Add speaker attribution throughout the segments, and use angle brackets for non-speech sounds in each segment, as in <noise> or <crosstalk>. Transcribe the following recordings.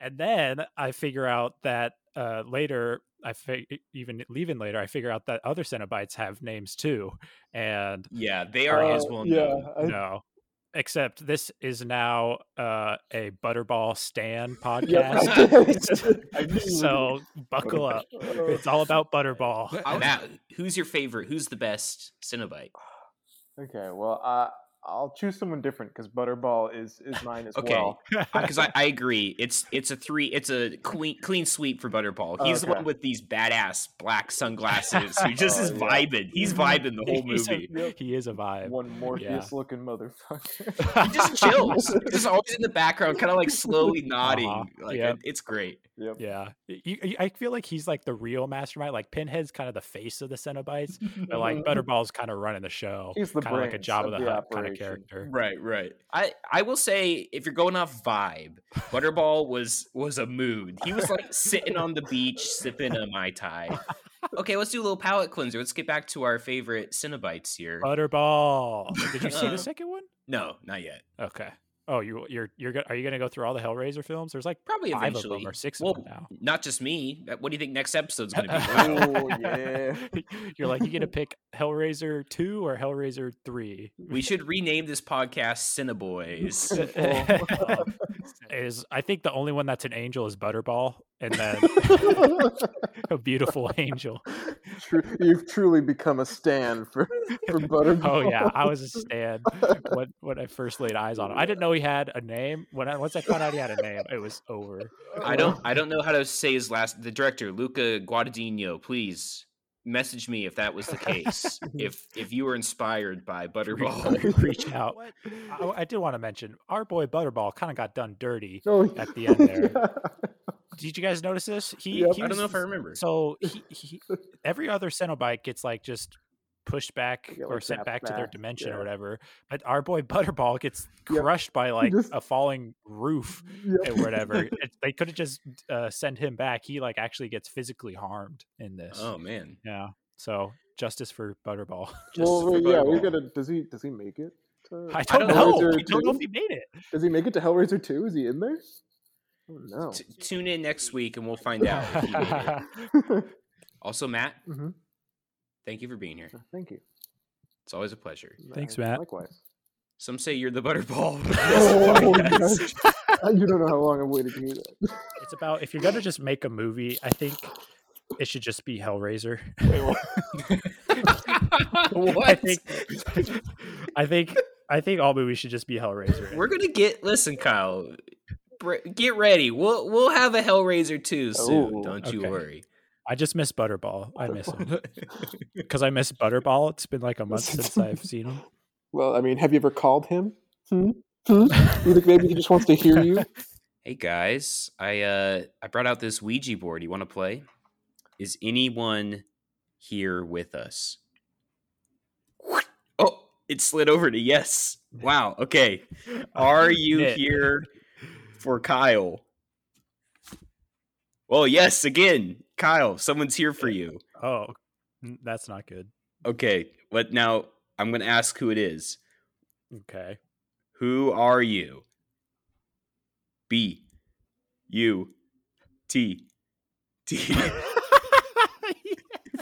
Speaker 1: And then I figure out that uh, later, I fig- even leaving later, I figure out that other Cenobites have names too. And
Speaker 2: Yeah, they are as
Speaker 3: Uh,
Speaker 2: well
Speaker 3: yeah,
Speaker 2: known.
Speaker 3: I-
Speaker 1: no, except this is now uh, a Butterball
Speaker 2: <laughs>
Speaker 1: Stan
Speaker 3: <laughs> yeah,
Speaker 1: podcast. <laughs>
Speaker 3: <laughs> I knew it.
Speaker 1: so
Speaker 3: <laughs>
Speaker 1: buckle up.
Speaker 3: Uh,
Speaker 1: It's all
Speaker 2: <laughs>
Speaker 1: about Butterball. <laughs>
Speaker 4: I was-
Speaker 2: Matt, who's your favorite? Who's the best Cenobite?
Speaker 3: <laughs> okay, well, I I'll choose someone different because Butterball is is mine as
Speaker 2: Okay.
Speaker 3: well.
Speaker 2: Because I, I agree, it's it's a three, it's a clean clean sweep for Butterball. He's the
Speaker 3: Okay.
Speaker 2: one with these badass black sunglasses
Speaker 3: <laughs>
Speaker 2: who just
Speaker 3: Oh,
Speaker 2: is
Speaker 3: yeah.
Speaker 2: vibing. He's vibing the whole
Speaker 1: He's a-
Speaker 2: movie.
Speaker 3: <laughs> Yep.
Speaker 1: He is a vibe.
Speaker 3: One Morpheus-looking motherfucker.
Speaker 1: <laughs>
Speaker 2: He
Speaker 3: <laughs>
Speaker 2: just chills. He's just always in the background, kind of like
Speaker 3: Uh-huh.
Speaker 2: slowly nodding. Like
Speaker 1: Yep.
Speaker 2: it- it's great.
Speaker 3: yep.
Speaker 1: Yeah, Y- y- I feel like he's like the real mastermind. Like Pinhead's kind of the face of the Cenobites, but
Speaker 2: <laughs>
Speaker 1: like
Speaker 3: Mhm.
Speaker 1: Butterball's kind of running the show.
Speaker 3: He's the
Speaker 1: kind of like a
Speaker 3: brains
Speaker 1: Job
Speaker 3: of
Speaker 1: of the,
Speaker 3: the
Speaker 1: Hutt kind of
Speaker 3: operation.
Speaker 1: character.
Speaker 2: <laughs> Right, right. I I will say if you're going off vibe, Butterball was was a mood. He was like sitting on the beach sipping a mai tai. Okay, let's do a little palate cleanser. Let's get back to our favorite Cenobites here.
Speaker 1: Uh, Butterball. Did you see
Speaker 2: Uh,
Speaker 1: the second one?
Speaker 2: no, not yet.
Speaker 1: Okay. Oh, you you're you're go- are you gonna go through all the Hellraiser films? There's like
Speaker 2: Probably
Speaker 1: five
Speaker 2: eventually.
Speaker 1: of them or six
Speaker 2: Well,
Speaker 1: of them now.
Speaker 2: Not just me. Uh, What do you think next episode's going to be?
Speaker 1: <laughs>
Speaker 3: Wow. Oh, yeah.
Speaker 1: You're like you gonna pick Hellraiser two or Hellraiser
Speaker 3: <laughs>
Speaker 1: three?
Speaker 2: we should rename this podcast Cineboys.
Speaker 3: Oh.
Speaker 1: <laughs>
Speaker 2: <laughs>
Speaker 1: Um, is I think the only one that's an angel is Butterball, and
Speaker 2: <laughs>
Speaker 1: then a beautiful <laughs> angel.
Speaker 3: <laughs> Tru- you've truly become a stan for <laughs> for Butterball.
Speaker 1: Oh yeah, I
Speaker 3: <laughs>
Speaker 1: was a stan when when I first laid eyes on him. I didn't know he had a name. When I once I found out he had a name, it was over.
Speaker 2: I
Speaker 3: <laughs>
Speaker 2: don't I don't know how to say his last the director, Luca Guadagnino, please message me if that was
Speaker 1: <laughs>
Speaker 2: the case. if if you were inspired by Butterball.
Speaker 1: Reach
Speaker 3: <laughs>
Speaker 1: out. I, I did want to mention our boy Butterball kind of got done dirty.
Speaker 3: Oh,
Speaker 1: <laughs> at the end there.
Speaker 3: yeah.
Speaker 1: Did you guys notice this? He,
Speaker 3: Yep.
Speaker 1: he
Speaker 2: I don't
Speaker 1: was-
Speaker 2: know if I remember.
Speaker 1: So he, he, every other Cenobite gets like just pushed back
Speaker 3: Get,
Speaker 1: or
Speaker 3: like,
Speaker 1: sent
Speaker 3: zapped
Speaker 1: back to their
Speaker 3: back,
Speaker 1: dimension
Speaker 3: yeah.
Speaker 1: or whatever, but our boy Butterball gets
Speaker 3: Yep.
Speaker 1: crushed by like
Speaker 3: just-
Speaker 1: a falling roof
Speaker 3: Yep.
Speaker 1: or
Speaker 3: <laughs>
Speaker 1: whatever. It- they could have just uh, sent him back. He like actually gets physically harmed in this.
Speaker 2: oh man.
Speaker 1: Yeah. So justice for Butterball. <laughs>
Speaker 2: Just
Speaker 3: well,
Speaker 2: for
Speaker 3: wait, yeah, we
Speaker 2: Butterball.
Speaker 3: gotta. Does he does he make it? To,
Speaker 1: I
Speaker 2: I
Speaker 1: don't
Speaker 2: don't
Speaker 1: know.
Speaker 3: Hellraiser
Speaker 1: I don't know if
Speaker 3: 2?
Speaker 1: he made it.
Speaker 3: Does he make it to Hellraiser Two? Is he in there? Oh no.
Speaker 2: T- tune in next week and we'll find
Speaker 1: <laughs>
Speaker 2: out. If he made it. Also, Matt,
Speaker 3: Mhm.
Speaker 2: thank you for being here.
Speaker 3: Thank you.
Speaker 2: It's always a pleasure.
Speaker 1: Thanks,
Speaker 3: Uh,
Speaker 1: Matt.
Speaker 3: Likewise.
Speaker 2: Some say you're
Speaker 1: <laughs>
Speaker 2: the Butterball. <laughs> of this
Speaker 3: <laughs> Oh,
Speaker 2: podcast.
Speaker 3: gosh. you don't know how long I've waited to hear that.
Speaker 1: It's about if you're gonna just make a movie, I think it should just be Hellraiser. <laughs>
Speaker 2: what?
Speaker 1: I think I think I think all movies should just be Hellraiser.
Speaker 2: <laughs> We're gonna get. Listen, Kyle, br- get ready. We'll we'll have a Hellraiser too soon.
Speaker 3: Oh,
Speaker 2: don't you
Speaker 1: okay.
Speaker 2: worry.
Speaker 1: I just miss Butterball. I miss
Speaker 2: <laughs>
Speaker 1: him <laughs> because I miss Butterball. It's been like a month since I've seen him.
Speaker 3: Well, I mean, have you ever called him? Hmm? Hmm? You think maybe he just wants to hear
Speaker 1: <laughs>
Speaker 3: you?
Speaker 2: hey guys, I uh I brought out this Ouija board. You want to play? Is anyone here with us? Oh, it slid over to yes. Wow. <laughs> Okay. Are you
Speaker 1: Nick.
Speaker 2: here for Kyle? Well, yes. Again, Kyle, someone's here for you.
Speaker 1: <laughs> Oh, n- that's not good.
Speaker 2: Okay, but now I'm going to ask who it is.
Speaker 1: Okay.
Speaker 2: Who are you? B U T <laughs> T. <laughs>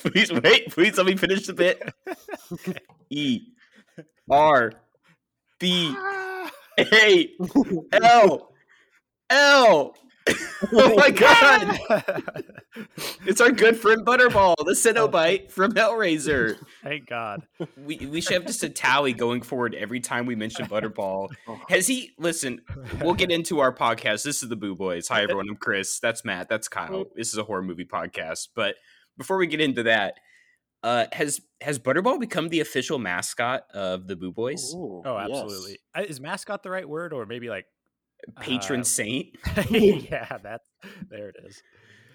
Speaker 2: Please wait. Please let me finish the bit. E R B A L L. <laughs>
Speaker 1: <laughs>
Speaker 2: Oh my god! It's our good friend Butterball, the Cenobite from Hellraiser.
Speaker 1: Thank God.
Speaker 2: We we should have just a tally going forward every time we mention Butterball. Has he? Listen, we'll get into our podcast. This is the Boo Boys. Hi everyone. I'm Chris. That's Matt. That's Kyle.
Speaker 1: Mm.
Speaker 2: This is a horror movie podcast. But before we get into that, uh, has has Butterball become the official mascot of the Boo Boys?
Speaker 1: Oh, absolutely. Uh, Is mascot the right word, or maybe like
Speaker 2: Patron
Speaker 1: uh,
Speaker 2: saint.
Speaker 1: <laughs>
Speaker 2: <laughs>
Speaker 1: yeah, that's there. It is. uh.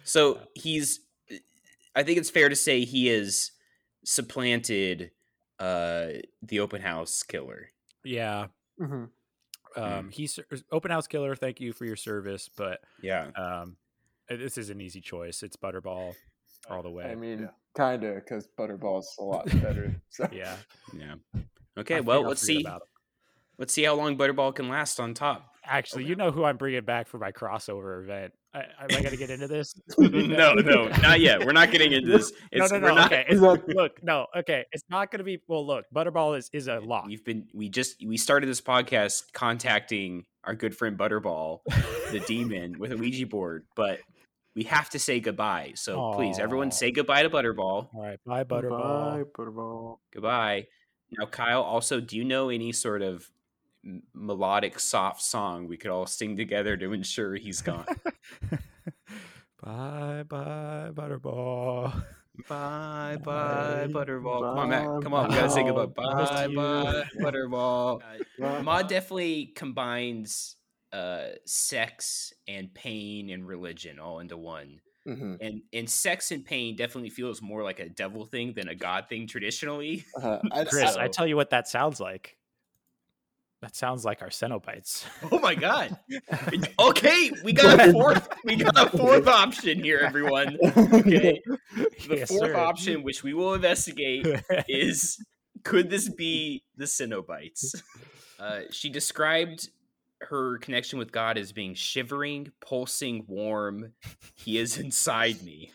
Speaker 2: So he's. I think it's fair to say he is supplanted uh the open house killer.
Speaker 1: Yeah.
Speaker 3: Mhm.
Speaker 2: Hmm.
Speaker 1: Um, he's open house killer. Thank you for your service, but
Speaker 2: Yeah.
Speaker 1: um, uh, this is an easy choice. It's Butterball all the way.
Speaker 3: I mean, kinda, because Butterball's
Speaker 1: <laughs>
Speaker 3: a lot better. So. <laughs>
Speaker 1: yeah.
Speaker 2: Yeah.
Speaker 1: I
Speaker 2: Okay,
Speaker 1: think
Speaker 2: well,
Speaker 1: I'll
Speaker 2: let's
Speaker 1: forget
Speaker 2: see.
Speaker 1: about it. <laughs>
Speaker 2: Let's see how long Butterball can last on top. <laughs>
Speaker 1: Actually, you know who I'm bringing back for my crossover event. I, am I going to get into this?
Speaker 2: <laughs> no, no, not yet. We're not getting into this.
Speaker 1: <laughs> no,
Speaker 2: It's,
Speaker 1: no,
Speaker 2: we're
Speaker 1: no.
Speaker 2: not.
Speaker 1: Okay, it's, look, no, okay, it's not going to be. Well, look, Butterball is
Speaker 2: <laughs>
Speaker 1: is a lock.
Speaker 2: We've Uh, been we just we started this podcast contacting our good friend Butterball, the <laughs> demon, with a Ouija board, but we have to say goodbye. So please,
Speaker 1: Aw.
Speaker 2: everyone, say goodbye to Butterball.
Speaker 1: All right, bye,
Speaker 3: Bye,
Speaker 1: Butterball.
Speaker 3: Butterball.
Speaker 2: Goodbye. Now, Kyle, also, do you know any sort of m- melodic soft song we could all sing together to ensure he's gone?
Speaker 1: <laughs> bye, bye, Butterball.
Speaker 2: <laughs>
Speaker 1: Bye,
Speaker 2: bye, bye, Butterball. Come on, Matt. Come on, we gotta say
Speaker 3: Butterball.
Speaker 2: goodbye. Bye,
Speaker 1: Love you.
Speaker 2: bye, Butterball.
Speaker 3: Bye.
Speaker 2: Mod definitely combines uh, sex and pain and religion all into one.
Speaker 3: Mhm.
Speaker 2: And and sex and pain definitely feels more like a devil thing than a god thing traditionally. <laughs>
Speaker 3: Uh, I-
Speaker 1: Chris,
Speaker 3: <laughs> I-
Speaker 1: I
Speaker 2: So-
Speaker 1: tell you what that sounds like. That sounds like our Cenobites.
Speaker 2: Oh my god. Okay, we got a fourth we got a fourth option
Speaker 1: <laughs>
Speaker 2: here, everyone. Okay. The
Speaker 1: Yes,
Speaker 2: fourth
Speaker 1: sir.
Speaker 2: option, which we will investigate, is could this be the Cenobites? <laughs> Uh, she described her connection with God as being shivering, pulsing, warm. He is <laughs> inside me,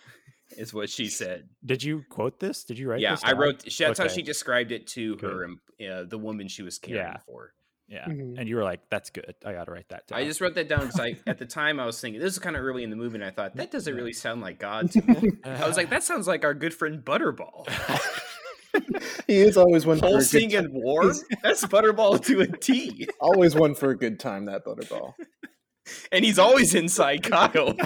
Speaker 2: is what she said.
Speaker 1: <laughs> Did you quote this? Did you write
Speaker 2: yeah,
Speaker 1: this?
Speaker 2: I
Speaker 1: down?
Speaker 2: wrote. That's how
Speaker 1: Okay.
Speaker 2: she described it to
Speaker 1: Good.
Speaker 2: her, em- uh, the woman she was caring
Speaker 1: Yeah.
Speaker 2: for.
Speaker 1: Yeah.
Speaker 3: Mhm.
Speaker 1: And you were like, that's good. I got to write that down.
Speaker 2: I just wrote that down because I, at the time, I was thinking this is kind of early in the movie, and I thought that doesn't really sound like God to me. I was like, that sounds like our good friend
Speaker 1: <laughs>
Speaker 2: Butterball,
Speaker 3: he is always one for a good
Speaker 2: pulsing and warm. That's Butterball to a T.
Speaker 3: always one for a good time that butterball
Speaker 2: and he's always inside Kyle.